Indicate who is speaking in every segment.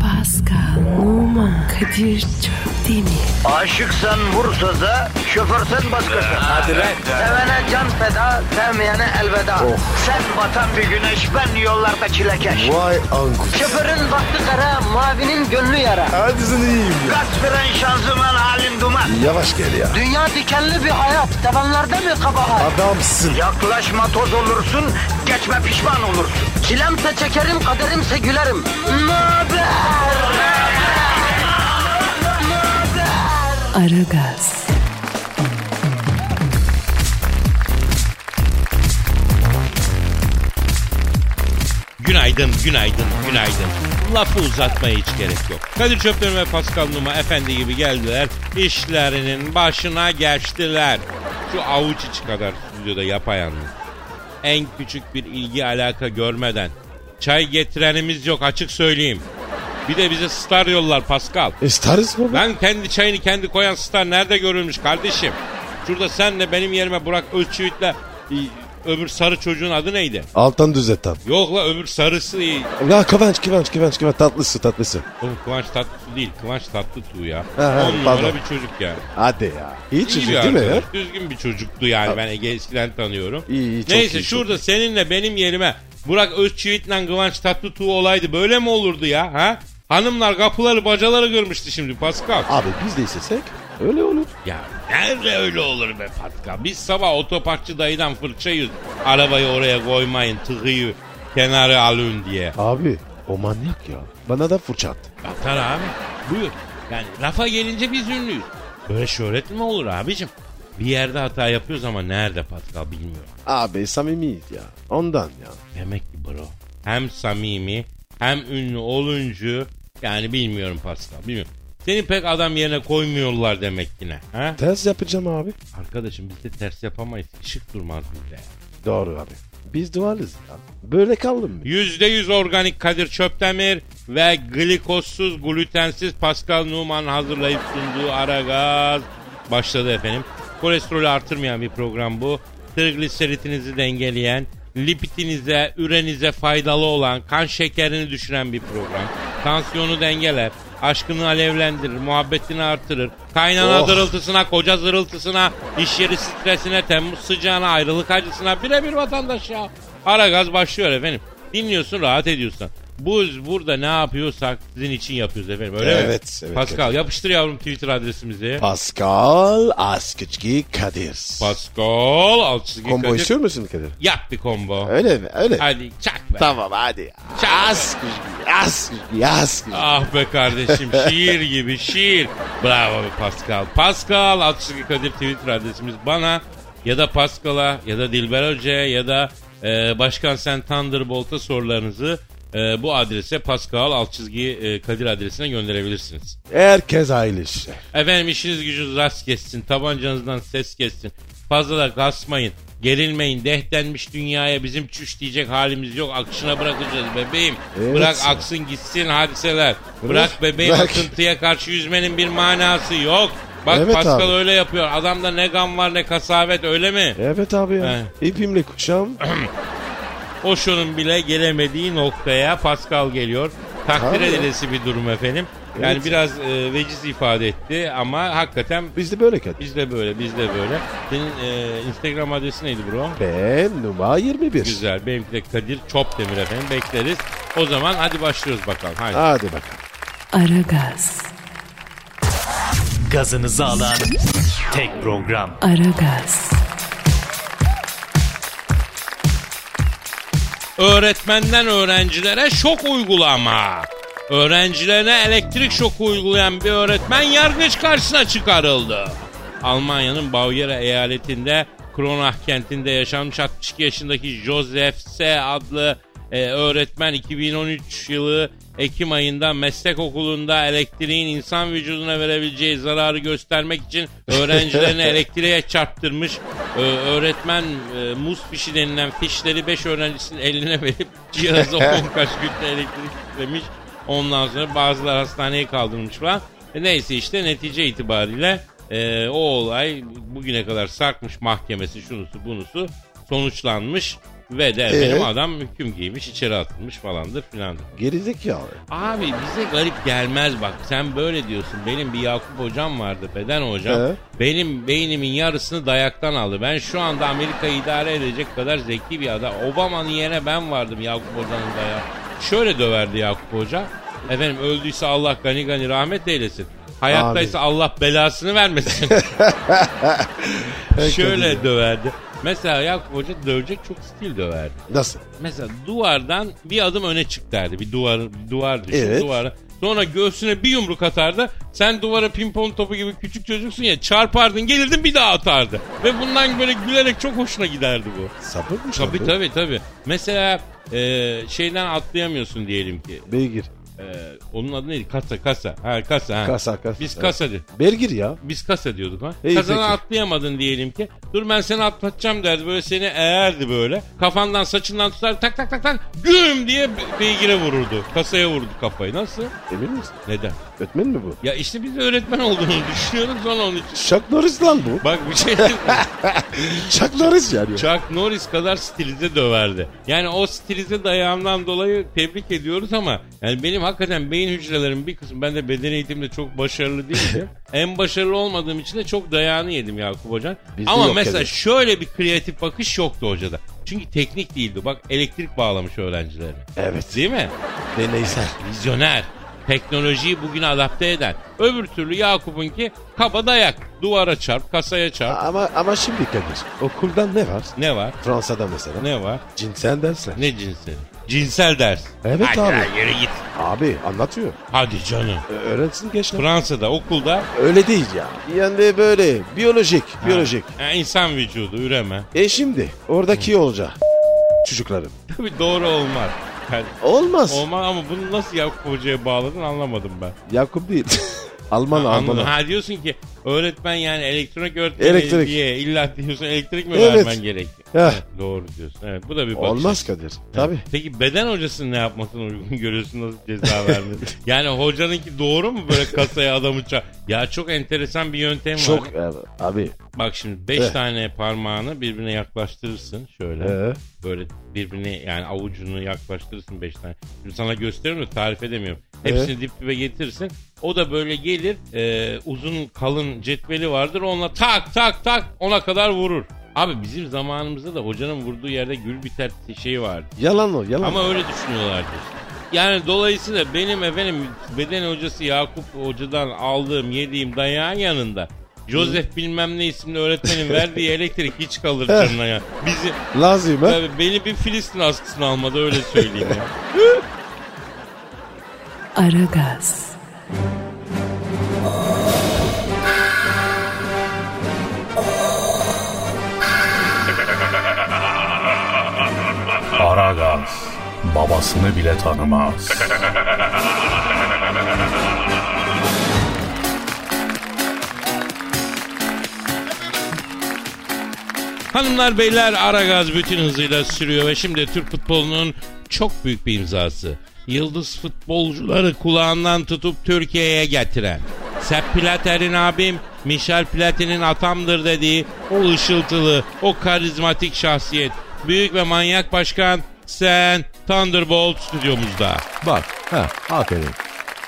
Speaker 1: Pascal, Numan, Kadir çok değil mi?
Speaker 2: Aşıksan vursa da şoförsen başkasın.
Speaker 3: Hadi lan. Oh.
Speaker 2: Sevene can feda, sevmeyene elveda. Sen batan bir güneş, ben yollarda çilekeş.
Speaker 3: Vay anku.
Speaker 2: Şoförün baktı kara, mavinin gönlü yara.
Speaker 3: Hadi sen iyiyim ya.
Speaker 2: Kasperen şanzıman halin duman.
Speaker 3: Yavaş gel ya.
Speaker 2: Dünya dikenli bir hayat, sevenlerde mi kabahar?
Speaker 3: Adamsın.
Speaker 2: Yaklaşma toz olursun, geçme pişman olursun. Çilemse çekerim, kaderimse gülerim. Möber!
Speaker 1: Aragaz,
Speaker 4: Günaydın, günaydın, günaydın. Lafı uzatmaya hiç gerek yok. Kadir Çöpler ve Pascal Numa efendi gibi geldiler. İşlerinin başına geçtiler. Şu avuç içi kadar stüdyoda yapayalnız. En küçük bir ilgi alaka görmeden. Çay getirenimiz yok açık söyleyeyim. Bir de bize star yollar Pascal.
Speaker 3: E, starız baba.
Speaker 4: Lan kendi çayını kendi koyan star nerede görülmüş kardeşim? Şurada senle benim yerime Burak Özçivit'le i- öbür sarı çocuğun adı neydi?
Speaker 3: Alttan düz et abi.
Speaker 4: Yok la öbür sarısı i-
Speaker 3: Ya Kıvanç Kıvanç Kıvanç Kıvanç tatlısı tatlısı.
Speaker 4: Oğlum Kıvanç Tatlıtuğ değil. Kıvanç Tatlıtuğ ya.
Speaker 3: ha,
Speaker 4: On
Speaker 3: pardon.
Speaker 4: numara bir çocuk ya.
Speaker 3: Hadi ya. İyi
Speaker 4: İyi
Speaker 3: çocuk
Speaker 4: bir
Speaker 3: değil mi ya?
Speaker 4: arkadaş, Düzgün bir çocuktu yani. Ben Ege eskiden tanıyorum.
Speaker 3: İyi, iyi, çok
Speaker 4: Neyse
Speaker 3: iyi, çok
Speaker 4: şurada seninle benim yerime Burak Özçivit'le Kıvanç Tatlıtuğ olaydı. Böyle mi olurdu ya? Ha? Hanımlar kapıları bacaları görmüştü şimdi Pascal.
Speaker 3: Abi biz de istesek öyle olur.
Speaker 4: Ya nerede öyle olur be Pascal? Biz sabah otoparkçı dayıdan fırça yiyoruz. Arabayı oraya koymayın tıkıyı kenara alın diye.
Speaker 3: Abi o manyak ya. Bana da fırça at.
Speaker 4: Atar abi. Buyur. Yani lafa gelince biz ünlüyüz. Böyle şöhret mi olur abicim? Bir yerde hata yapıyoruz ama nerede Pascal bilmiyorum.
Speaker 3: Abi samimiyiz ya. Ondan ya.
Speaker 4: Demek ki bro. Hem samimi hem ünlü oluncu yani bilmiyorum Pascal bilmiyorum. Seni pek adam yerine koymuyorlar demek yine. Ha?
Speaker 3: Ters yapacağım abi.
Speaker 4: Arkadaşım biz de ters yapamayız. Işık durmaz bizde.
Speaker 3: Doğru abi. Biz duvarız ya. Böyle kaldım mı?
Speaker 4: %100 organik Kadir Çöptemir ve glikozsuz, glutensiz Pascal Numan hazırlayıp sunduğu Aragaz başladı efendim. Kolesterolü artırmayan bir program bu. Trigliseritinizi dengeleyen, lipidinize, ürenize faydalı olan, kan şekerini düşüren bir program. Tansiyonu dengeler, aşkını alevlendirir, muhabbetini artırır. Kaynana
Speaker 3: Oh.
Speaker 4: zırıltısına, koca zırıltısına, iş yeri stresine, temmuz sıcağına, ayrılık acısına birebir vatandaş ya. Ara gaz başlıyor efendim. Dinliyorsun rahat ediyorsun. Buz burada ne yapıyorsak sizin için yapıyoruz efendim öyle mi?
Speaker 3: Evet, evet,
Speaker 4: Pascal yapıştır yavrum Twitter adresimizi.
Speaker 3: Pascal Askıçki Kadir.
Speaker 4: Pascal Alçızgı
Speaker 3: Combo
Speaker 4: Kadir.
Speaker 3: istiyor musun Kadir?
Speaker 4: Yap bir combo.
Speaker 3: Öyle mi? Öyle.
Speaker 4: Hadi çak be.
Speaker 3: Tamam hadi. Askıçki, Askıçki, Askıçki.
Speaker 4: Ah be kardeşim şiir gibi şiir. Bravo be Pascal. Pascal Askışki Kadir Twitter adresimiz bana ya da Pascal'a ya da Dilber Hoca'ya ya da e, Başkan Sen Thunderbolt'a sorularınızı e, bu adrese Pascal alt çizgi e, Kadir adresine gönderebilirsiniz.
Speaker 3: Herkes aile işi.
Speaker 4: Efendim işiniz gücünüz rast kessin. Tabancanızdan ses kessin. Fazla da kasmayın. Gerilmeyin. Dehtenmiş dünyaya bizim çüş diyecek halimiz yok. Akışına bırakacağız bebeğim.
Speaker 3: Evet.
Speaker 4: Bırak aksın gitsin hadiseler. Bırak bebeğim
Speaker 3: Bırak.
Speaker 4: akıntıya karşı yüzmenin bir manası yok. Bak
Speaker 3: Evet
Speaker 4: Pascal
Speaker 3: abi.
Speaker 4: öyle yapıyor. Adamda ne gam var ne kasavet öyle mi?
Speaker 3: Evet abi ya. İpimle kuşağım.
Speaker 4: Osho'nun bile gelemediği noktaya Pascal geliyor. Takdir
Speaker 3: Abi.
Speaker 4: edilesi bir durum efendim. Yani
Speaker 3: Evet.
Speaker 4: biraz e, veciz ifade etti ama hakikaten
Speaker 3: Biz de böyle Kadir.
Speaker 4: biz de böyle, biz de böyle. Senin e, Instagram adresi neydi bro?
Speaker 3: Ben numara 21.
Speaker 4: Güzel. Benimki de Kadir Çopdemir efendim. Bekleriz. O zaman hadi başlıyoruz bakalım. Hadi.
Speaker 3: Hadi bakalım.
Speaker 1: Aragaz,
Speaker 5: Gazınızı alan tek program.
Speaker 1: Aragaz,
Speaker 4: Öğretmenden öğrencilere şok uygulama. Öğrencilerine elektrik şoku uygulayan bir öğretmen yargıç karşısına çıkarıldı. Almanya'nın Bavyera eyaletinde Kronach kentinde yaşanmış 62 yaşındaki Joseph S. adlı e, öğretmen 2013 yılı Ekim ayında meslek okulunda elektriğin insan vücuduna verebileceği zararı göstermek için öğrencilerini elektriğe çarptırmış. Ee, öğretmen e, muz fişi denilen fişleri 5 öğrencisinin eline verip cihaza 10 kaç günde elektrik yüklemiş. Ondan sonra bazıları hastaneye kaldırmış falan. E, neyse işte netice itibariyle e, o olay bugüne kadar sarkmış mahkemesi şunusu bunusu sonuçlanmış. Ve de benim
Speaker 3: Ee?
Speaker 4: adam hüküm giymiş içeri atılmış falandır filandır.
Speaker 3: Gerizekalı.
Speaker 4: Abi bize garip gelmez bak sen böyle diyorsun. Benim bir Yakup hocam vardı beden hocam.
Speaker 3: He.
Speaker 4: Benim beynimin yarısını dayaktan aldı. Ben şu anda Amerika'yı idare edecek kadar zeki bir adam. Obama'nın yerine ben vardım Yakup hocanın dayağı. Şöyle döverdi Yakup hoca. Efendim öldüyse Allah gani gani rahmet eylesin. Hayattaysa Allah belasını vermesin. Şöyle döverdi. Mesela Yakup hoca dövecek çok stil döverdi.
Speaker 3: Nasıl?
Speaker 4: Mesela duvardan bir adım öne çık derdi. Bir duvar bir duvar düşün
Speaker 3: Evet.
Speaker 4: duvara. Sonra göğsüne bir yumruk atardı. Sen duvara pimpon topu gibi küçük çocuksun ya çarpardın gelirdin bir daha atardı. Ve bundan böyle gülerek çok hoşuna giderdi bu.
Speaker 3: Sapık mı?
Speaker 4: Tabii
Speaker 3: sapık?
Speaker 4: tabii tabii. Mesela e, şeyden atlayamıyorsun diyelim ki.
Speaker 3: Beygir.
Speaker 4: E, onun adı neydi? Kasa kasa. Ha kasa. Ha.
Speaker 3: Kasa kasa.
Speaker 4: Biz kasa di-
Speaker 3: Beygir ya.
Speaker 4: biz kasa diyorduk ha.
Speaker 3: İyi
Speaker 4: Kasana
Speaker 3: peki.
Speaker 4: atlayamadın diyelim ki. Dur ben seni atlatacağım derdi. Böyle seni eğerdi böyle. Kafandan saçından tutar tak tak tak tak. Güm diye be- beygire vururdu. Kasaya vurdu kafayı. Nasıl?
Speaker 3: Emin misin?
Speaker 4: Neden?
Speaker 3: Öğretmen mi bu?
Speaker 4: Ya işte biz de öğretmen olduğunu düşünüyorduk sonra onun için.
Speaker 3: Chuck Norris lan bu.
Speaker 4: Bak bir şey diyeyim mi?
Speaker 3: Chuck Norris yani.
Speaker 4: Chuck Norris kadar stilize döverdi. Yani o stilize dayağımdan dolayı tebrik ediyoruz ama yani benim hakikaten beyin hücrelerim bir kısmı ben de beden eğitimde çok başarılı değildim. en başarılı olmadığım için de çok dayağını yedim Yakup Hoca.
Speaker 3: Bizde
Speaker 4: Ama
Speaker 3: yok
Speaker 4: mesela
Speaker 3: tabii.
Speaker 4: şöyle bir kreatif bakış yoktu hocada. Çünkü teknik değildi. Bak elektrik bağlamış öğrencilerine.
Speaker 3: Evet.
Speaker 4: Değil mi?
Speaker 3: Deneysel.
Speaker 4: Vizyoner. Teknolojiyi bugün adapte eden. Öbür türlü Yakup'unki kaba dayak. Duvara çarp, kasaya çarp.
Speaker 3: Ama ama şimdi Kadir. Okuldan ne var?
Speaker 4: Ne var?
Speaker 3: Fransa'da mesela.
Speaker 4: Ne var?
Speaker 3: Cinsel dersler.
Speaker 4: Ne cinsel? Cinsel ders.
Speaker 3: Evet
Speaker 4: Hadi
Speaker 3: abi.
Speaker 4: lan yürü git.
Speaker 3: Abi anlatıyor.
Speaker 4: Hadi canım.
Speaker 3: Ö- öğrensin gençler.
Speaker 4: Fransa'da okulda
Speaker 3: Öyle değil ya. Yani böyle biyolojik, biyolojik.
Speaker 4: ha, e, insan vücudu üreme.
Speaker 3: E şimdi oradaki olca çocuklarım.
Speaker 4: Tabii doğru olmaz. Yani
Speaker 3: Olmaz.
Speaker 4: olmaz ama bunu nasıl Yakup Hoca'ya bağladın anlamadım ben.
Speaker 3: Yakup değil. Alman
Speaker 4: Anladım.
Speaker 3: Alman.
Speaker 4: Ha diyorsun ki öğretmen yani elektronik öğretmen
Speaker 3: Elektrik.
Speaker 4: diye illa diyorsun elektrik mi
Speaker 3: Evet.
Speaker 4: vermen gerekiyor?
Speaker 3: Heh.
Speaker 4: Evet, doğru diyorsun. Evet bu da bir bakış.
Speaker 3: Olmaz Kadir. Tabii.
Speaker 4: Peki beden hocasının ne yapmasını uygun görüyorsun nasıl ceza vermesi? yani hocanınki doğru mu böyle kasaya adamı ça? Ya çok enteresan bir yöntem var.
Speaker 3: Çok e, abi.
Speaker 4: Bak şimdi 5
Speaker 3: Eh.
Speaker 4: tane parmağını birbirine yaklaştırırsın şöyle.
Speaker 3: Ee,
Speaker 4: Böyle birbirine yani avucunu yaklaştırırsın 5 tane. Şimdi sana gösteririm de tarif edemiyorum. Hepsini dip dibe getirsin. O da böyle gelir e, uzun kalın cetveli vardır onunla tak tak tak ona kadar vurur. Abi bizim zamanımızda da hocanın vurduğu yerde gül biter şeyi vardı.
Speaker 3: yalan o yalan.
Speaker 4: Ama öyle düşünüyorlardı. Yani dolayısıyla benim efendim beden hocası Yakup hocadan aldığım yediğim dayağın yanında Joseph bilmem ne isimli öğretmenin verdiği elektrik hiç kalır canına ya. Bizi,
Speaker 3: Lazım ha.
Speaker 4: tabii beni bir Filistin askısına almadı öyle söyleyeyim ya.
Speaker 1: Aragaz,
Speaker 5: Aragaz babasını bile tanımaz.
Speaker 4: Hanımlar beyler Aragaz bütün hızıyla sürüyor ve şimdi Türk futbolunun çok büyük bir imzası. Yıldız futbolcuları kulağından tutup Türkiye'ye getiren. Sepp Plater'in abim, Michel Platin'in atamdır dediği o ışıltılı, o karizmatik şahsiyet. Büyük ve manyak başkan sen Thunderbolt stüdyomuzda.
Speaker 6: Bak, ha, aferin.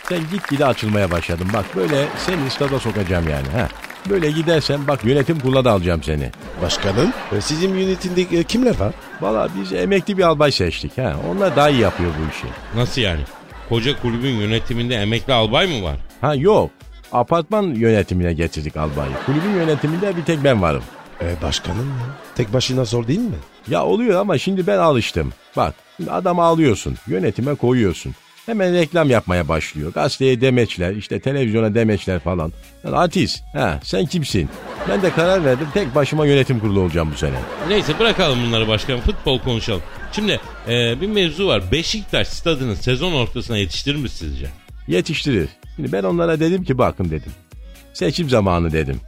Speaker 6: Sen gitgide açılmaya başladın. Bak böyle seni stada sokacağım yani. Ha. Böyle gidersen bak yönetim kurula da alacağım seni.
Speaker 3: Başkanım e, sizin yönetimde e, kimler var?
Speaker 6: Valla biz emekli bir albay seçtik. Ha. Onlar daha iyi yapıyor bu işi.
Speaker 4: Nasıl yani? Koca kulübün yönetiminde emekli albay mı var?
Speaker 6: Ha yok. Apartman yönetimine getirdik albayı. Kulübün yönetiminde bir tek ben varım.
Speaker 3: E, başkanım ya. Tek başına zor değil mi?
Speaker 6: Ya oluyor ama şimdi ben alıştım. Bak şimdi adamı alıyorsun. Yönetime koyuyorsun. Hemen reklam yapmaya başlıyor. Gazeteye demeçler, işte televizyona demeçler falan. Lan artist, ha, sen kimsin? Ben de karar verdim. Tek başıma yönetim kurulu olacağım bu sene.
Speaker 4: Neyse bırakalım bunları başkanım. Futbol konuşalım. Şimdi e, bir mevzu var. Beşiktaş stadını sezon ortasına yetiştirir mi sizce?
Speaker 6: Yetiştirir. Şimdi ben onlara dedim ki bakın dedim. Seçim zamanı dedim.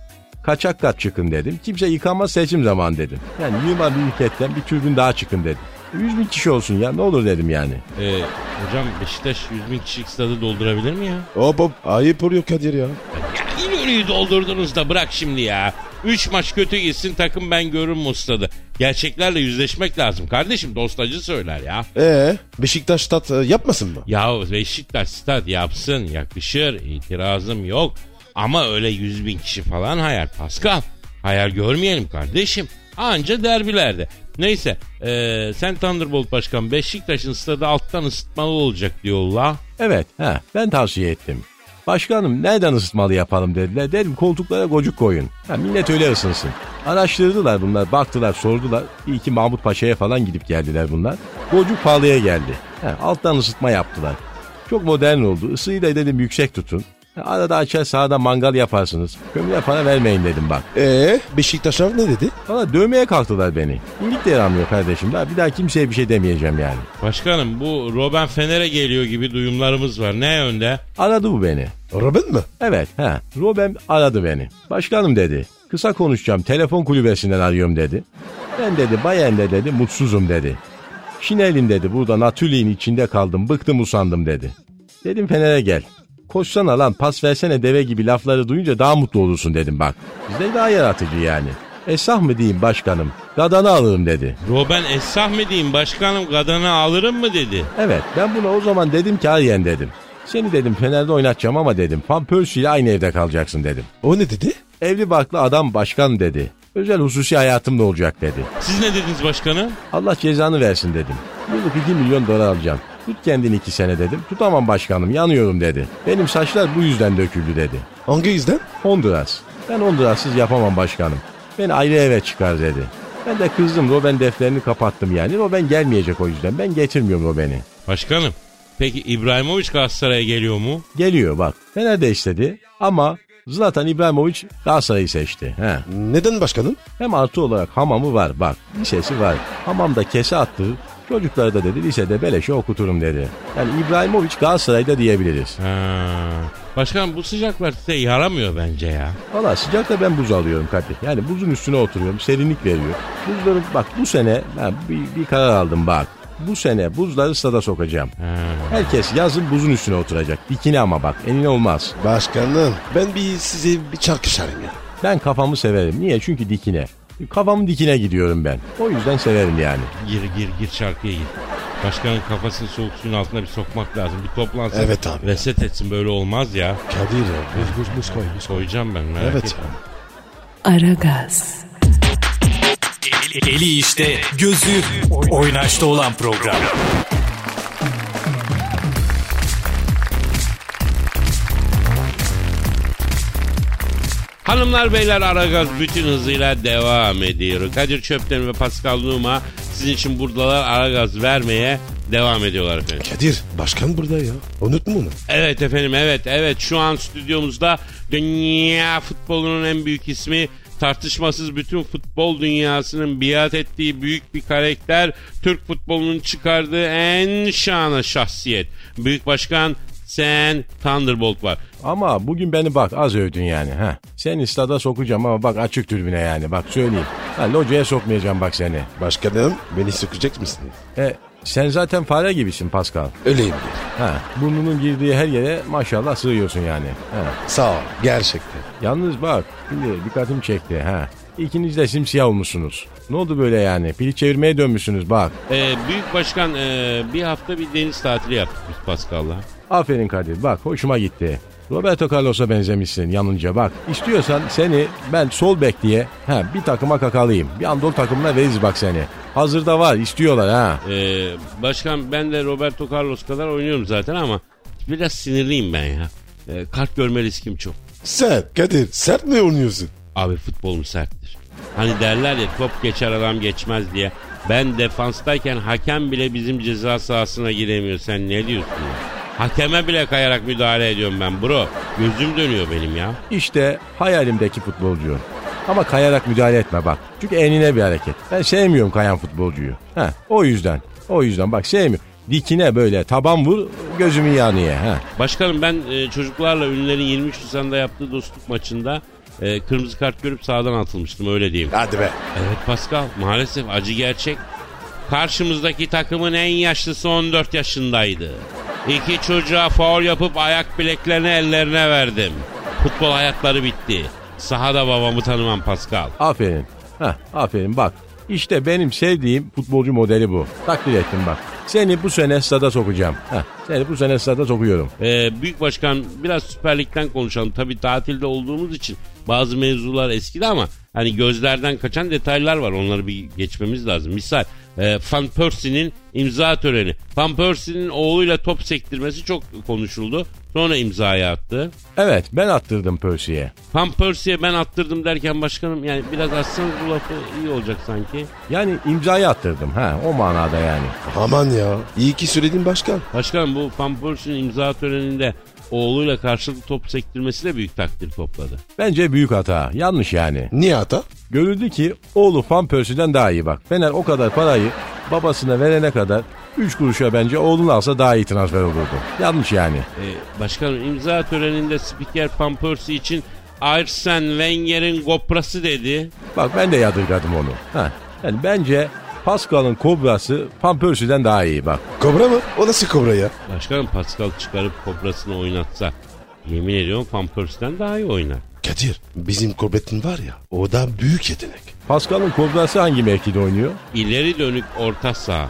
Speaker 6: Kaçak kat çıkın dedim. Kimse yıkanmaz seçim zamanı dedim. Yani 20 bin ülketten bir türbün daha çıkın dedim. 100 bin kişi olsun ya ne olur dedim yani.
Speaker 4: E, hocam Beşiktaş 100 bin kişilik stadı doldurabilir mi ya?
Speaker 3: Hop hop ayıp oluyor Kadir ya.
Speaker 4: Ya İnönü'yü doldurdunuz da bırak şimdi ya. Üç maç kötü gitsin takım ben görürüm ustadı. Gerçeklerle yüzleşmek lazım kardeşim dostacı söyler ya.
Speaker 3: Ee, Beşiktaş tat e, yapmasın mı?
Speaker 4: Ya Beşiktaş stat yapsın yakışır itirazım yok. Ama öyle yüz bin kişi falan hayal Pascal. Hayal görmeyelim kardeşim. Anca derbilerde. Neyse eee, sen Thunderbolt Başkan Beşiktaş'ın stadı alttan ısıtmalı olacak diyor la.
Speaker 6: Evet, he, ben tavsiye ettim. Başkanım nereden ısıtmalı yapalım dediler. Dedim koltuklara gocuk koyun. Ha, millet öyle ısınsın. Araştırdılar bunlar, baktılar, sordular. İyi ki Mahmut Paşa'ya falan gidip geldiler bunlar. Gocuk pahalıya geldi. Ha, alttan ısıtma yaptılar. Çok modern oldu. Isıyı da dedim yüksek tutun. Ha, arada açar sahada mangal yaparsınız. Kömüre para vermeyin dedim bak.
Speaker 3: Ee, Beşiktaş'a ne dedi?
Speaker 6: Valla dövmeye kalktılar beni. İngiltere anlıyor kardeşim. Daha bir daha kimseye bir şey demeyeceğim yani.
Speaker 4: Başkanım bu Robben Fener'e geliyor gibi duyumlarımız var. Ne yönde?
Speaker 6: Aradı bu beni.
Speaker 3: Robin mi?
Speaker 6: Evet, he. Robem aradı beni. Başkanım dedi. Kısa konuşacağım. Telefon kulübesinden arıyorum dedi. Ben dedi Bayern'de dedi mutsuzum dedi. Şinelim dedi burada Natüli'nin içinde kaldım bıktım usandım dedi. Dedim Fener'e gel. Koşsana lan pas versene deve gibi lafları duyunca daha mutlu olursun dedim bak. Bizde daha yaratıcı yani. Esah mı diyeyim başkanım? Gadanı alırım dedi.
Speaker 4: Robben Essah mı diyeyim başkanım kadını alırım mı dedi.
Speaker 6: Evet ben buna o zaman dedim ki Aryen dedim. Seni dedim Fener'de oynatacağım ama dedim Van Persie ile aynı evde kalacaksın dedim.
Speaker 3: O ne dedi?
Speaker 6: Evli barklı adam başkan dedi. Özel hususi hayatım da olacak dedi.
Speaker 4: Siz ne dediniz başkanım?
Speaker 6: Allah cezanı versin dedim. Yıllık 2 milyon dolar alacağım. Tut kendini iki sene dedim. Tutamam başkanım yanıyorum dedi. Benim saçlar bu yüzden döküldü dedi.
Speaker 3: Hangi yüzden?
Speaker 6: Honduras. Ben Honduras'sız yapamam başkanım. Beni ayrı eve çıkar dedi. Ben de kızdım Robben defterini kapattım yani. Robben gelmeyecek o yüzden. Ben getirmiyorum Robben'i.
Speaker 4: Başkanım peki İbrahimovic Galatasaray'a geliyor mu?
Speaker 6: Geliyor bak. Fener de istedi ama Zlatan İbrahimovic Galatasaray'ı seçti. He.
Speaker 3: Neden başkanım?
Speaker 6: Hem artı olarak hamamı var bak. Lisesi var. Hamamda kese attı. Çocukları da dedi lisede beleşe okuturum dedi. Yani İbrahimovic Galatasaray'da diyebiliriz.
Speaker 4: Ha. Başkanım bu sıcaklar size yaramıyor bence ya.
Speaker 6: Valla sıcakta ben buz alıyorum Kadir. Yani buzun üstüne oturuyorum. Serinlik veriyor. Buzları bak bu sene ben bir, bir karar aldım bak. Bu sene buzları stada sokacağım. Herkes yazın buzun üstüne oturacak. Dikine ama bak enine olmaz.
Speaker 3: Başkanım ben bir size bir çarkışarım ya.
Speaker 6: Ben kafamı severim. Niye? Çünkü dikine. Kafamın dikine gidiyorum ben. O yüzden severim yani.
Speaker 4: Gir gir gir şarkıya gir. Başkanın kafasını soğuk suyun altına bir sokmak lazım. Bir toplansın.
Speaker 3: Evet abi.
Speaker 4: Reset etsin böyle olmaz ya.
Speaker 3: Kadir buz buz buz koy buz
Speaker 4: Soyacağım ben merak
Speaker 3: Evet.
Speaker 4: etme.
Speaker 1: Aragaz,
Speaker 7: Eli işte, gözü oynaşta olan program.
Speaker 4: Hanımlar beyler Aragaz bütün hızıyla devam ediyor. Kadir Çöpten ve Pascal Numa sizin için buradalar Aragaz vermeye devam ediyorlar efendim.
Speaker 3: Kadir başkan burada ya. Unutma onu.
Speaker 4: Evet efendim evet evet şu an stüdyomuzda dünya futbolunun en büyük ismi tartışmasız bütün futbol dünyasının biat ettiği büyük bir karakter Türk futbolunun çıkardığı en şahane şahsiyet. Büyük Başkan Sen Thunderbolt var.
Speaker 6: Ama bugün beni bak az övdün yani. ha. Seni stada sokacağım ama bak açık türbüne yani. Bak söyleyeyim. Ha, locaya sokmayacağım bak seni.
Speaker 3: Başkanım beni sokacak mısın?
Speaker 6: E, sen zaten fare gibisin Pascal.
Speaker 3: Öleyim
Speaker 6: Ha, burnunun girdiği her yere maşallah sığıyorsun yani. Ha.
Speaker 3: Sağ ol gerçekten.
Speaker 6: Yalnız bak şimdi dikkatim çekti. Ha. İkiniz de simsiyah olmuşsunuz. Ne oldu böyle yani? Pili çevirmeye dönmüşsünüz bak.
Speaker 4: Ee, Büyük Başkan ee, bir hafta bir deniz tatili yaptık biz Pascal'la.
Speaker 6: Aferin Kadir bak hoşuma gitti. Roberto Carlos'a benzemişsin yanınca bak. İstiyorsan seni ben sol bek diye ha, bir takıma kakalayayım. Bir Anadolu takımına veririz bak seni. Hazırda var istiyorlar ha.
Speaker 4: Ee, başkan ben de Roberto Carlos kadar oynuyorum zaten ama biraz sinirliyim ben ya. Ee, kart görme riskim çok.
Speaker 3: Sen Kadir sert mi oynuyorsun?
Speaker 4: Abi futbol mu serttir? Hani derler ya top geçer adam geçmez diye. Ben defanstayken hakem bile bizim ceza sahasına giremiyor. Sen ne diyorsun ya? Hakeme bile kayarak müdahale ediyorum ben bro. Gözüm dönüyor benim ya.
Speaker 6: İşte hayalimdeki futbolcu. Ama kayarak müdahale etme bak. Çünkü enine bir hareket. Ben sevmiyorum kayan futbolcuyu. Ha, o yüzden. O yüzden bak sevmiyorum. Dikine böyle taban vur gözümü yanıya. Ha.
Speaker 4: Başkanım ben e, çocuklarla ünlülerin 23 Nisan'da yaptığı dostluk maçında e, kırmızı kart görüp sahadan atılmıştım öyle diyeyim.
Speaker 3: Hadi be.
Speaker 4: Evet Pascal maalesef acı gerçek. Karşımızdaki takımın en yaşlısı 14 yaşındaydı. İki çocuğa faul yapıp ayak bileklerini ellerine verdim. Futbol hayatları bitti. Sahada babamı tanımam Pascal.
Speaker 6: Aferin. Heh, aferin bak. İşte benim sevdiğim futbolcu modeli bu. Takdir ettim bak. Seni bu sene stada sokacağım. Heh, seni bu sene stada sokuyorum.
Speaker 4: Ee, Büyük Başkan biraz Süper Lig'den konuşalım. Tabii tatilde olduğumuz için bazı mevzular eskidi ama hani gözlerden kaçan detaylar var. Onları bir geçmemiz lazım. Misal e, Van Persie'nin imza töreni. Van Persie'nin oğluyla top sektirmesi çok konuşuldu. Sonra imzayı attı.
Speaker 6: Evet ben attırdım Percy'ye.
Speaker 4: Van Persie'ye ben attırdım derken başkanım yani biraz atsanız bu lafı iyi olacak sanki.
Speaker 6: Yani imzayı attırdım. Ha, o manada yani.
Speaker 3: Aman ya. İyi ki söyledin başkan.
Speaker 4: Başkanım bu Van Persie'nin imza töreninde oğluyla karşılıklı top sektirmesi de büyük takdir topladı.
Speaker 6: Bence büyük hata. Yanlış yani.
Speaker 3: Niye hata?
Speaker 6: Görüldü ki oğlu Van Persie'den daha iyi bak. Fener o kadar parayı babasına verene kadar 3 kuruşa bence oğlunu alsa daha iyi transfer olurdu. Yanlış yani.
Speaker 4: Ee, başkanım imza töreninde spiker Van Persie için Arsene Wenger'in goprası dedi.
Speaker 6: Bak ben de yadırgadım onu. Ha. Yani bence Pascal'ın kobrası Van Persie'den daha iyi bak.
Speaker 3: Kobra mı? O nasıl kobra ya?
Speaker 4: Başkanım Pascal çıkarıp kobrasını oynatsa yemin ediyorum Van Persie'den daha iyi oynar.
Speaker 3: Kadir bizim kobretin var ya o da büyük yetenek.
Speaker 6: Pascal'ın kobrası hangi mevkide oynuyor?
Speaker 4: İleri dönük orta saha.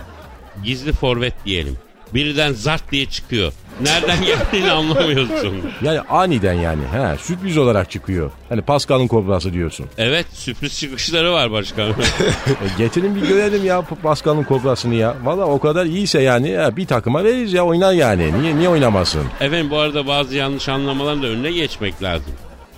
Speaker 4: Gizli forvet diyelim. Birden zart diye çıkıyor. Nereden geldiğini anlamıyorsun.
Speaker 6: Yani aniden yani. He, sürpriz olarak çıkıyor. Hani Pascal'ın kobrası diyorsun.
Speaker 4: Evet sürpriz çıkışları var başkanım.
Speaker 6: E, getirin bir görelim ya P- Pascal'ın kobrasını ya. Valla o kadar iyiyse yani ya, bir takıma veririz ya oynar yani. Niye niye oynamasın?
Speaker 4: Efendim bu arada bazı yanlış anlamaların da önüne geçmek lazım.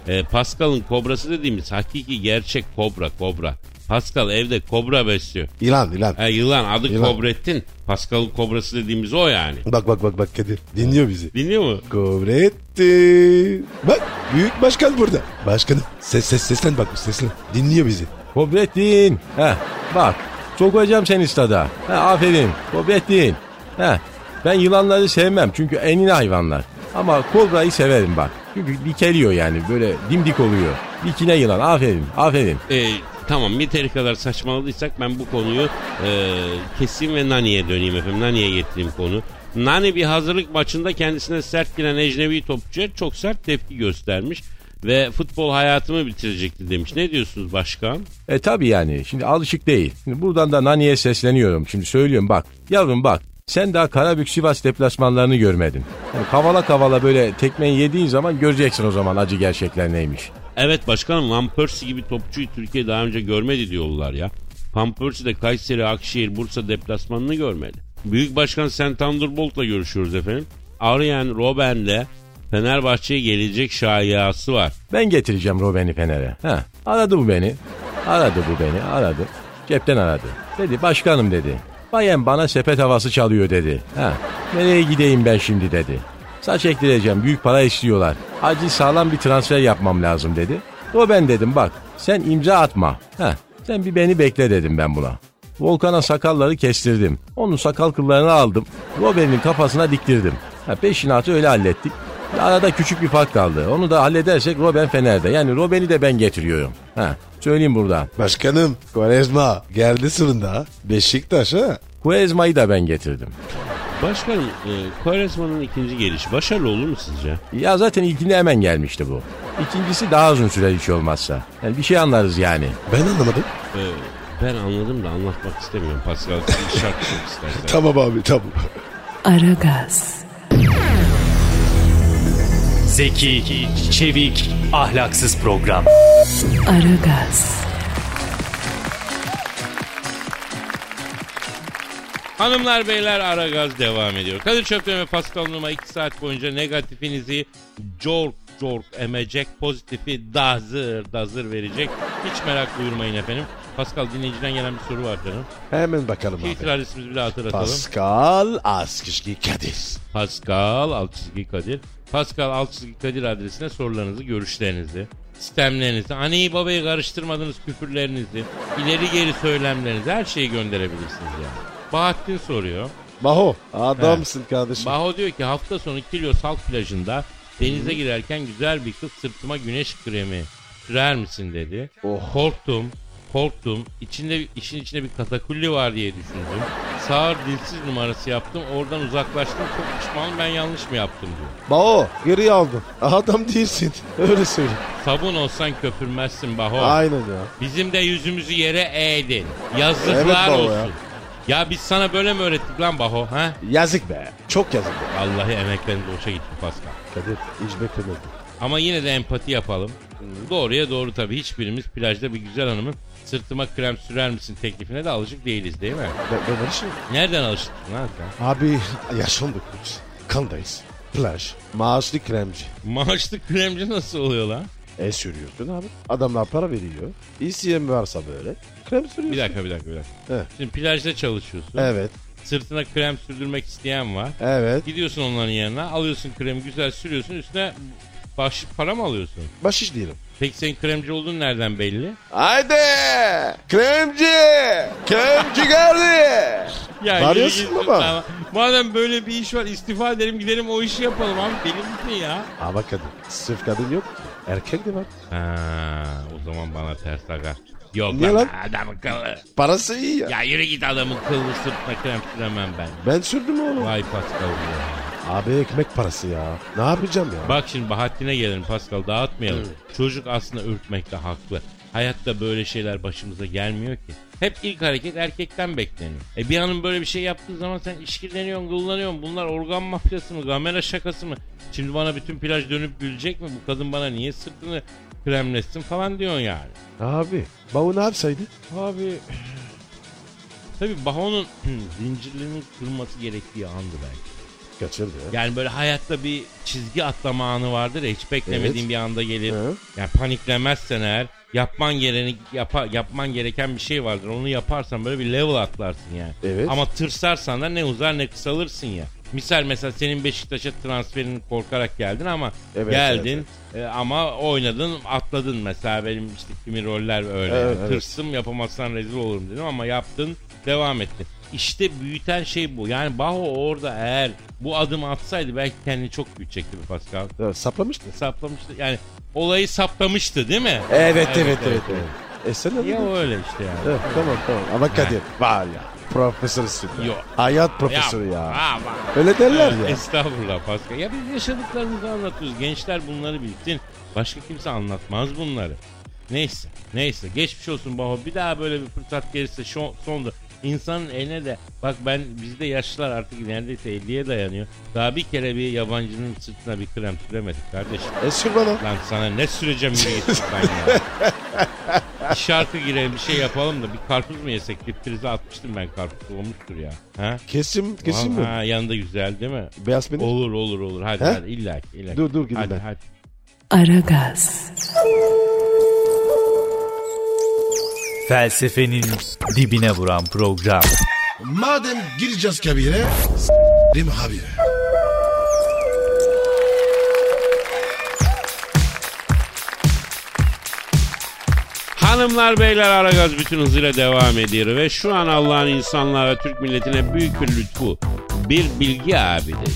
Speaker 4: Ee, Pascal'ın kobrası dediğimiz hakiki gerçek kobra kobra. Pascal evde kobra besliyor.
Speaker 3: İlan ilan.
Speaker 4: Ha, yılan adı
Speaker 3: Yılan.
Speaker 4: Kobrettin. Pascal'ın kobrası dediğimiz o yani.
Speaker 3: Bak bak bak bak Kadir dinliyor bizi.
Speaker 4: Dinliyor mu?
Speaker 3: Kobretti. Bak büyük başkan burada. Başkanım ses ses seslen bak seslen. Dinliyor bizi.
Speaker 6: Kobrettin. Heh, bak sokacağım seni stada. He, aferin Kobrettin. Heh, ben yılanları sevmem çünkü enine hayvanlar. Ama kobrayı severim bak. Çünkü dikeliyor yani böyle dimdik oluyor. Dikine yılan aferin aferin.
Speaker 4: Ee, tamam yeteri kadar saçmaladıysak ben bu konuyu e, keseyim ve Nani'ye döneyim efendim. Nani'ye getireyim konu. Nani bir hazırlık maçında kendisine sert giren ecnebi topçuya çok sert tepki göstermiş. Ve futbol hayatımı bitirecekti demiş. Ne diyorsunuz başkan?
Speaker 6: E tabi yani şimdi alışık değil. Şimdi buradan da Nani'ye sesleniyorum. Şimdi söylüyorum bak yavrum bak sen daha Karabük Sivas deplasmanlarını görmedin. Yani kavala kavala böyle tekmeyi yediğin zaman göreceksin o zaman acı gerçekler neymiş.
Speaker 4: Evet başkanım Van Persie gibi topçuyu Türkiye daha önce görmedi diyorlar ya. Van Persie de Kayseri, Akşehir, Bursa deplasmanını görmedi. Büyük Başkan Sen Thunderbolt'la görüşüyoruz efendim. Arjen Robben'le Fenerbahçe'ye gelecek şayiası var.
Speaker 6: Ben getireceğim Robben'i Fener'e. Ha, aradı bu beni. Aradı bu beni aradı. Cepten aradı. Dedi başkanım dedi. Bayen bana sepet havası çalıyor dedi. Ha, nereye gideyim ben şimdi dedi. Saç ektireceğim büyük para istiyorlar. Acil sağlam bir transfer yapmam lazım dedi. O ben dedim bak sen imza atma. Ha, sen bir beni bekle dedim ben buna. Volkan'a sakalları kestirdim. Onun sakal kıllarını aldım. Robben'in kafasına diktirdim. Ha, peşinatı öyle hallettik. Arada küçük bir fark kaldı. Onu da halledersek Robben Fener'de. Yani Robben'i de ben getiriyorum. Ha, söyleyeyim buradan.
Speaker 3: Başkanım Quaresma geldi sonunda. Beşiktaş ha.
Speaker 6: Kuezma'yı da ben getirdim.
Speaker 4: Başkanım e, Quaresma'nın ikinci gelişi başarılı olur mu sizce?
Speaker 6: Ya zaten ilkinde hemen gelmişti bu. İkincisi daha uzun sürer hiç olmazsa. Yani bir şey anlarız yani.
Speaker 3: Ben anlamadım.
Speaker 4: E, ben anladım da anlatmak istemiyorum Pascal. Siz şart çok istersen.
Speaker 3: Tamam abi tamam.
Speaker 1: Aragaz,
Speaker 7: Zeki, çevik, ahlaksız program.
Speaker 1: Aragaz,
Speaker 4: Hanımlar beyler ara gaz devam ediyor. Kadir Çöpten ve Pascal Numa 2 saat boyunca negatifinizi cork cork emecek, pozitifi dazır dazır verecek. Hiç merak buyurmayın efendim. Pascal dinleyiciden gelen bir soru var canım.
Speaker 3: Hemen bakalım abi.
Speaker 4: İtirar ismimizi bile hatırlatalım.
Speaker 3: Pascal Askışki Kadir.
Speaker 4: Pascal alt çizgi Kadir. Pascal alt çizgi Kadir adresine sorularınızı, görüşlerinizi, sistemlerinizi, anneyi babayı karıştırmadığınız küfürlerinizi, ileri geri söylemlerinizi her şeyi gönderebilirsiniz yani. Bahattin soruyor.
Speaker 3: Maho adamsın kardeşim.
Speaker 4: Baho diyor ki hafta sonu Kilyos Halk Plajı'nda denize
Speaker 3: Oh.
Speaker 4: girerken güzel bir kız sırtıma güneş kremi sürer misin dedi. Korktum. Korktum. İçinde, işin içinde bir katakulli var diye düşündüm. Sağır dilsiz numarası yaptım. Oradan uzaklaştım. Çok pişmanım ben yanlış mı yaptım diyor.
Speaker 3: Bao geri aldın.
Speaker 8: Adam değilsin.
Speaker 3: Öyle söyle.
Speaker 4: Sabun olsan köpürmezsin Baho.
Speaker 3: Aynen ya.
Speaker 4: Bizim de yüzümüzü yere eğdi. Yazıklar
Speaker 3: Evet Baho
Speaker 4: olsun. Ya. biz sana böyle mi öğrettik lan Baho ha?
Speaker 3: Yazık be. Çok yazık be.
Speaker 4: Vallahi emeklerin boşa gitti Pascal.
Speaker 3: Kadir hiç beklemedim.
Speaker 4: Ama yine de empati yapalım. Doğruya doğru tabii. Hiçbirimiz plajda bir güzel hanımın sırtıma krem sürer misin teklifine de alışık değiliz değil mi?
Speaker 3: Ben, ben alışım.
Speaker 4: Nereden alıştın lan sen?
Speaker 3: Abi yaşlandık biz. Kandayız. Plaj. Maaşlı kremci.
Speaker 4: Maaşlı kremci nasıl oluyor lan?
Speaker 3: E sürüyorsun abi. Adamlar para veriyor. İsteyen varsa böyle. Krem sürüyorsun.
Speaker 4: Bir dakika bir dakika bir dakika.
Speaker 3: Evet.
Speaker 4: Şimdi plajda çalışıyorsun.
Speaker 3: Evet.
Speaker 4: Sırtına krem sürdürmek isteyen var.
Speaker 3: Evet.
Speaker 4: Gidiyorsun onların yanına alıyorsun kremi güzel sürüyorsun üstüne baş para mı alıyorsun?
Speaker 3: Baş iş diyelim.
Speaker 4: Peki senin kremci olduğun nereden belli?
Speaker 3: Haydi! Kremci! Kremci geldi!
Speaker 4: Ya
Speaker 3: Bağırıyorsun
Speaker 4: yürü git-
Speaker 3: baba.
Speaker 4: Tamam. Madem böyle bir iş var istifa edelim gidelim o işi yapalım abi deli misin ya?
Speaker 3: Ama kadın. Sırf kadın yok. Erkek de var.
Speaker 4: Ha, o zaman bana ters takar. Yok
Speaker 3: Niye
Speaker 4: lan,
Speaker 3: lan?
Speaker 4: adamın kılı.
Speaker 3: Parası iyi ya.
Speaker 4: Ya yürü git adamın kılını sırtına krem süremem ben.
Speaker 3: Ben sürdüm oğlum.
Speaker 4: Vay Pascal ya.
Speaker 3: Abi ekmek parası ya. Ne yapacağım ya?
Speaker 4: Bak şimdi Bahattin'e gelelim Pascal dağıtmayalım. Çocuk aslında ürkmekte haklı. Hayatta böyle şeyler başımıza gelmiyor ki. Hep ilk hareket erkekten bekleniyor. E bir hanım böyle bir şey yaptığı zaman sen işkilleniyorsun, kullanıyorsun. Bunlar organ mafyası mı, kamera şakası mı? Şimdi bana bütün plaj dönüp gülecek mi? Bu kadın bana niye sırtını kremlesin falan diyorsun yani.
Speaker 3: Abi. Bavu ne yapsaydı?
Speaker 4: Abi Tabii Baho'nun zincirlerinin kırılması gerektiği andı belki.
Speaker 3: Kaçırdı ya.
Speaker 4: Yani böyle hayatta bir çizgi atlama anı vardır ya hiç beklemediğin
Speaker 3: Evet.
Speaker 4: bir anda gelir.
Speaker 3: Evet.
Speaker 4: Yani paniklemezsen eğer yapman gereni yapa, yapman gereken bir şey vardır. Onu yaparsan böyle bir level atlarsın yani.
Speaker 3: Evet.
Speaker 4: Ama tırsarsan da ne uzar ne kısalırsın ya. Misal mesela senin Beşiktaş'a transferini korkarak geldin ama
Speaker 3: Evet,
Speaker 4: geldin e, ama oynadın atladın mesela benim işte kimi roller öyle.
Speaker 3: Evet,
Speaker 4: Yani
Speaker 3: evet.
Speaker 4: Tırsım yapamazsan rezil olurum dedim ama yaptın devam ettin. İşte büyüten şey bu. Yani Baho orada eğer bu adımı atsaydı belki kendini çok büyütecekti be Pascal.
Speaker 3: Evet, saplamıştı.
Speaker 4: Saplamıştı yani olayı saplamıştı değil mi?
Speaker 3: Evet evet evet. evet, E sen ne
Speaker 4: Ya
Speaker 3: dedin?
Speaker 4: o öyle işte yani.
Speaker 3: Evet, tamam tamam. Ama Kadir var ya. Profesörsün. ya.
Speaker 4: Yok.
Speaker 3: Hayat profesörü ya.
Speaker 4: Ha, bak.
Speaker 3: Öyle derler ya.
Speaker 4: Estağfurullah Pascal. Ya biz yaşadıklarımızı anlatıyoruz. Gençler bunları bilsin. Başka kimse anlatmaz bunları. Neyse. Neyse. Geçmiş olsun Baho. Bir daha böyle bir fırsat gelirse şo- sonda insanın eline de bak ben bizde yaşlılar artık neredeyse 50'ye dayanıyor. Daha bir kere bir yabancının sırtına bir krem süremedik kardeşim.
Speaker 3: E sür bana.
Speaker 4: Lan sana ne süreceğim yürü git ben ya. Bir şarkı girelim bir şey yapalım da bir karpuz mu yesek? Diptirize atmıştım ben karpuz olmuştur ya. Ha?
Speaker 3: Kesim kesim mi?
Speaker 4: Ha, yanında güzel değil mi?
Speaker 3: Beyaz peynir.
Speaker 4: Olur olur olur. Hadi
Speaker 3: He?
Speaker 4: hadi illa ki, illa ki.
Speaker 3: Dur, dur, gidin
Speaker 4: Hadi
Speaker 3: ben.
Speaker 4: hadi.
Speaker 1: Aragaz.
Speaker 7: Felsefenin dibine vuran program.
Speaker 8: Madem gireceğiz kabire. Rim abi.
Speaker 4: Hanımlar beyler Aragaz bütün hızıyla devam ediyor ve şu an Allah'ın insanlara Türk milletine büyük bir lütfu. Bir bilgi abidir.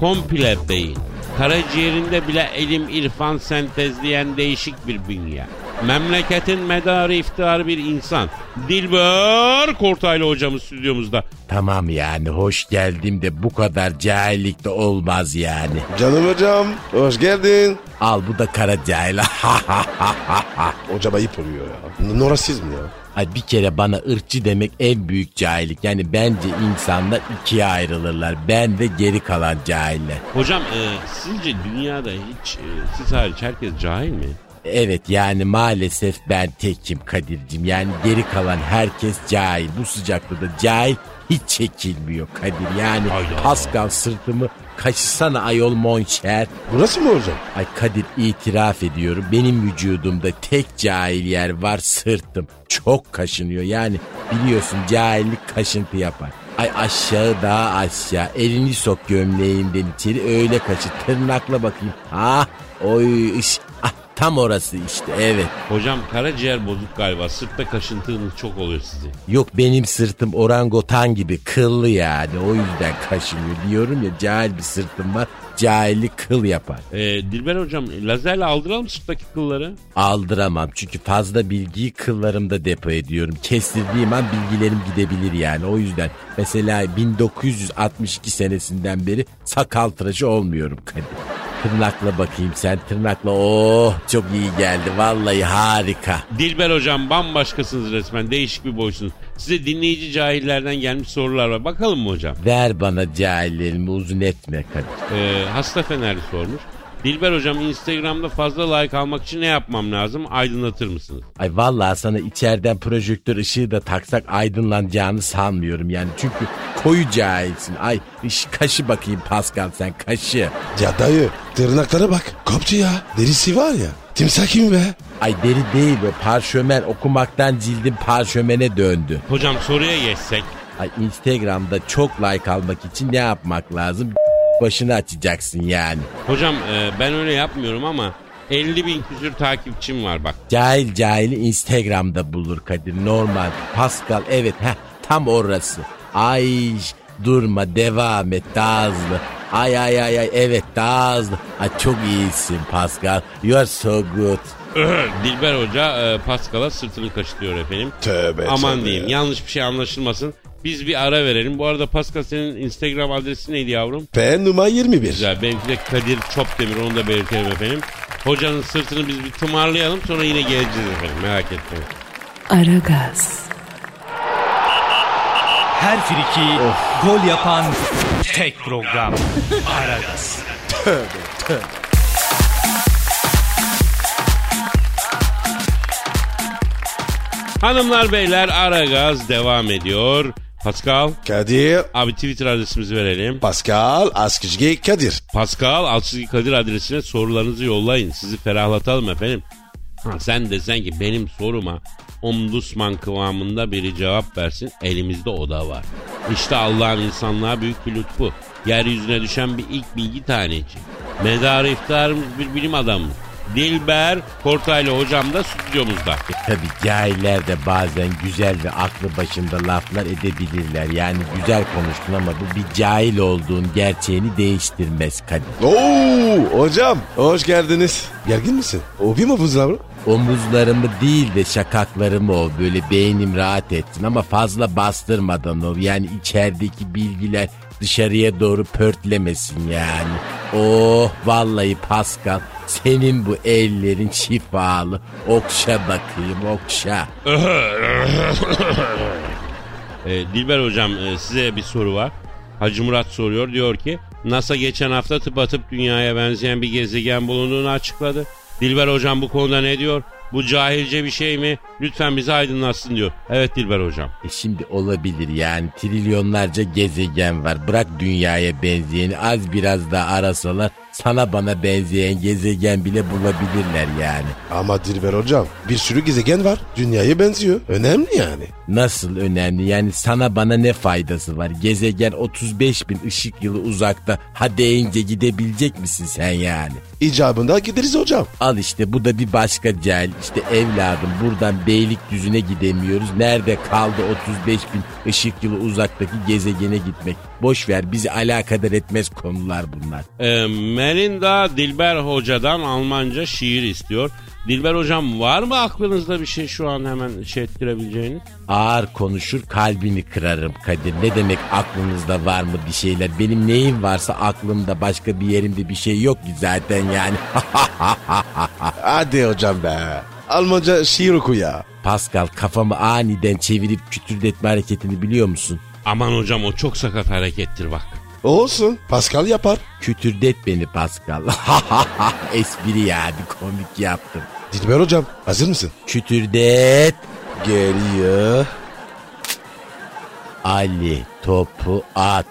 Speaker 4: Komple beyin. Karaciğerinde bile elim irfan sentezleyen değişik bir dünya. Memleketin medarı iftiharı bir insan. Dilber Kortaylı hocamız stüdyomuzda.
Speaker 6: Tamam yani hoş geldim de bu kadar cahillik de olmaz yani.
Speaker 3: Canım hocam. Hoş geldin.
Speaker 6: Al bu da kara cahil.
Speaker 3: Hocam ayıp oluyor ya. N- Norasizm ya.
Speaker 6: Ay bir kere bana ırkçı demek en büyük cahillik. Yani bence insanlar ikiye ayrılırlar. Ben de geri kalan cahiller.
Speaker 4: Hocam e, sizce dünyada hiç e, siz hariç herkes cahil mi?
Speaker 6: Evet yani maalesef ben tekim Kadir'cim. Yani geri kalan herkes cahil. Bu sıcaklıkta cahil hiç çekilmiyor Kadir. Yani
Speaker 4: Hayda.
Speaker 6: Pascal sırtımı kaşısana ayol monşer.
Speaker 3: Burası mı hocam?
Speaker 6: Ay Kadir itiraf ediyorum benim vücudumda tek cahil yer var sırtım. Çok kaşınıyor yani biliyorsun cahillik kaşıntı yapar. Ay aşağı daha aşağı elini sok gömleğimden içeri öyle kaşı tırnakla bakayım. Ha oy iş ah, tam orası işte evet.
Speaker 4: Hocam karaciğer bozuk galiba. Sırtta kaşıntınız çok oluyor sizin.
Speaker 6: Yok benim sırtım orangotan gibi kıllı yani o yüzden kaşınıyor diyorum ya cahil bir sırtım var Cahillik kıl yapar.
Speaker 4: Ee, Dilber hocam lazerle aldıralım sırttaki kılları.
Speaker 6: Aldıramam çünkü fazla bilgiyi kıllarımda depo ediyorum. Kestirdiğim an bilgilerim gidebilir yani. O yüzden mesela 1962 senesinden beri sakal tıraşı olmuyorum Kadir. Tırnakla bakayım sen tırnakla. Oh çok iyi geldi vallahi harika.
Speaker 4: Dilber hocam bambaşkasınız resmen değişik bir boysunuz. Size dinleyici cahillerden gelmiş sorular var. Bakalım mı hocam?
Speaker 6: Ver bana cahillerimi uzun etme Kadir.
Speaker 4: Ee, hasta Fenerli sormuş. Dilber hocam Instagram'da fazla like almak için ne yapmam lazım? Aydınlatır mısınız?
Speaker 6: Ay vallahi sana içeriden projektör ışığı da taksak aydınlanacağını sanmıyorum yani. Çünkü koyu cahilsin. Ay iş- kaşı bakayım Pascal sen kaşı.
Speaker 3: Ya dayı tırnaklara bak. Koptu ya. Derisi var ya. Timsah kim be?
Speaker 6: Ay deri değil o parşömen okumaktan cildim parşömene döndü.
Speaker 4: Hocam soruya geçsek.
Speaker 6: Ay Instagram'da çok like almak için ne yapmak lazım? Başını açacaksın yani.
Speaker 4: Hocam e, ben öyle yapmıyorum ama 50 bin küsür takipçim var bak.
Speaker 6: Cahil cahili Instagram'da bulur Kadir normal. Pascal evet heh, tam orası. Ay durma devam et daha hızlı. Ay ay ay ay evet daha hızlı. Ay çok iyisin Pascal. You are so good.
Speaker 4: Dilber Hoca e, Paskal'a sırtını kaşıtıyor efendim.
Speaker 3: Tövbe
Speaker 4: Aman
Speaker 3: tövbe
Speaker 4: diyeyim
Speaker 3: ya.
Speaker 4: yanlış bir şey anlaşılmasın. Biz bir ara verelim. Bu arada Pascal senin Instagram adresi neydi yavrum?
Speaker 3: P numara 21.
Speaker 4: Güzel. Benimki de Kadir Çopdemir onu da belirtelim efendim. Hocanın sırtını biz bir tımarlayalım sonra yine geleceğiz efendim merak etmeyin.
Speaker 1: Aragaz,
Speaker 7: Her friki gol yapan tek program.
Speaker 4: Hanımlar beyler ara gaz devam ediyor. Pascal
Speaker 3: Kadir.
Speaker 4: abi Twitter adresimizi verelim.
Speaker 3: Pascal Askizgi Kadir.
Speaker 4: Pascal Askizgi Kadir adresine sorularınızı yollayın. Sizi ferahlatalım efendim. Ha, sen desen ki benim soruma omdusman kıvamında biri cevap versin. Elimizde o da var. İşte Allah'ın insanlığa büyük bir lütfu. Yeryüzüne düşen bir ilk bilgi taneci. Medarı iftiharımız bir bilim adamı. Dilber Kortaylı hocam da stüdyomuzda.
Speaker 6: Tabi cahiller de bazen güzel ve aklı başında laflar edebilirler. Yani güzel konuştun ama bu bir cahil olduğun gerçeğini değiştirmez Kadir.
Speaker 3: Oo hocam hoş geldiniz. Gergin misin? O bir mi bu zavru?
Speaker 6: Omuzlarımı değil de şakaklarımı ol. Böyle beynim rahat etsin ama fazla bastırmadan ol. Yani içerideki bilgiler dışarıya doğru pörtlemesin yani. Oh vallahi Pascal senin bu ellerin şifalı. Okşa bakayım okşa.
Speaker 4: Ee, Dilber hocam e, size bir soru var. Hacı Murat soruyor diyor ki NASA geçen hafta tıpatıp dünyaya benzeyen bir gezegen bulunduğunu açıkladı. Dilber hocam bu konuda ne diyor? Bu cahilce bir şey mi? Lütfen bizi aydınlatsın diyor. Evet Dilber hocam.
Speaker 6: E şimdi olabilir yani trilyonlarca gezegen var. Bırak dünyaya benzeyeni az biraz daha arasalar sana bana benzeyen gezegen bile bulabilirler yani.
Speaker 3: Ama Dilber hocam bir sürü gezegen var. Dünyaya benziyor. Önemli yani.
Speaker 6: Nasıl önemli yani sana bana ne faydası var? Gezegen 35 bin ışık yılı uzakta ha deyince gidebilecek misin sen yani?
Speaker 3: İcabında gideriz hocam.
Speaker 6: Al işte bu da bir başka cahil. İşte evladım buradan Beylikdüzü'ne gidemiyoruz. Nerede kaldı 35 bin ışık yılı uzaktaki gezegene gitmek? Boş ver bizi alakadar etmez konular bunlar.
Speaker 4: Ee, Melinda Dilber hocadan Almanca şiir istiyor. Dilber hocam var mı aklınızda bir şey şu an hemen şey ettirebileceğiniz?
Speaker 6: Ağır konuşur kalbini kırarım Kadir. Ne demek aklınızda var mı bir şeyler? Benim neyim varsa aklımda başka bir yerimde bir şey yok ki zaten yani. Ah,
Speaker 3: Hadi hocam be. Almanca şiir oku ya.
Speaker 6: Pascal kafamı aniden çevirip kütürdetme hareketini biliyor musun?
Speaker 4: Aman hocam o çok sakat harekettir bak.
Speaker 3: Olsun. Pascal yapar.
Speaker 6: Kütürdet beni Pascal. Espri ya bir komik yaptım.
Speaker 3: Dilber hocam hazır mısın?
Speaker 6: Kütürdet
Speaker 3: Geliyor.
Speaker 6: Ali topu at.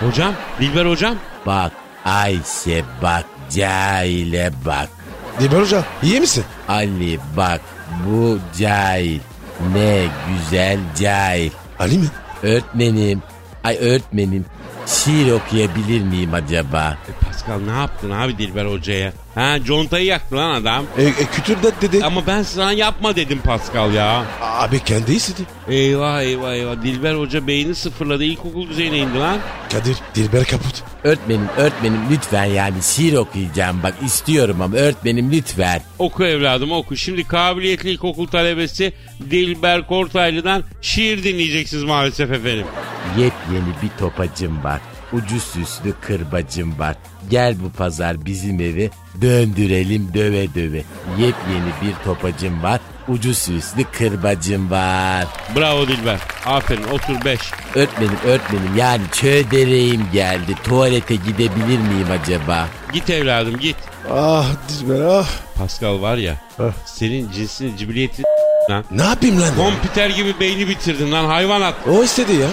Speaker 4: Hocam Dilber hocam
Speaker 6: Bak Ayşe bak cahile bak.
Speaker 3: Dilber hocam iyi misin?
Speaker 6: Ali bak bu cahil. Ne güzel cahil.
Speaker 3: Ali mi?
Speaker 6: Öğretmenim. Ay öğretmenim. Şiir okuyabilir miyim acaba?
Speaker 4: E, Pascal Pascal ne yaptın abi Dilber Hoca'ya? Ha contayı yaktı lan adam.
Speaker 3: E, e kütür de dedi.
Speaker 4: Ama ben sana yapma dedim Pascal ya.
Speaker 3: Abi kendi istedi.
Speaker 4: Eyvah eyvah eyvah. Dilber Hoca beyni sıfırladı. İlkokul düzeyine indi lan.
Speaker 3: Kadir Dilber kaput.
Speaker 6: Öğretmenim öğretmenim lütfen yani şiir okuyacağım bak istiyorum ama öğretmenim lütfen.
Speaker 4: Oku evladım oku. Şimdi kabiliyetli ilkokul talebesi Dilber Kortaylı'dan şiir dinleyeceksiniz maalesef efendim.
Speaker 6: Yepyeni bir topacım var. Ucu süslü kırbacım var. Gel bu pazar bizim evi döndürelim döve döve. Yepyeni bir topacım var. Ucu süslü kırbacım var.
Speaker 4: Bravo Dilber. Aferin otur 5.
Speaker 6: Öğretmenim öğretmenim yani çödereyim geldi. Tuvalete gidebilir miyim acaba?
Speaker 4: Git evladım git.
Speaker 3: Ah Dilber ah.
Speaker 4: Pascal var ya senin cinsini cibiliyeti lan.
Speaker 3: Ne yapayım lan?
Speaker 4: Kompüter gibi beyni bitirdin lan hayvanat.
Speaker 3: O istedi ya.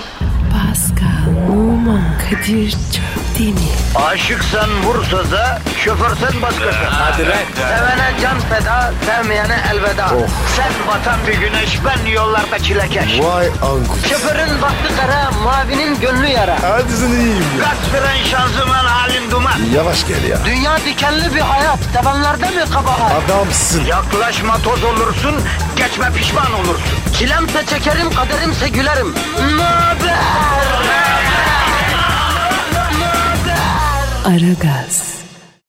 Speaker 1: Pascal, Oman, Kadir çok değil mi?
Speaker 2: Aşıksan vursa da, şoförsen başkasın. Hadi lan. Oh. Sevene can feda, sevmeyene elveda. Sen batan bir güneş, ben yollarda çilekeş.
Speaker 9: Vay anku.
Speaker 2: Şoförün baktı kara, mavinin gönlü yara.
Speaker 9: Hadi sen iyiyim ya.
Speaker 2: Kasperen şanzıman halin duman.
Speaker 9: Yavaş gel ya.
Speaker 2: Dünya dikenli bir hayat, sevenlerde mi kabahar?
Speaker 9: Adamsın.
Speaker 2: Yaklaşma toz olursun, geçme pişman olursun. Çilemse çekerim, kaderimse gülerim. Möber!
Speaker 1: Aragaz.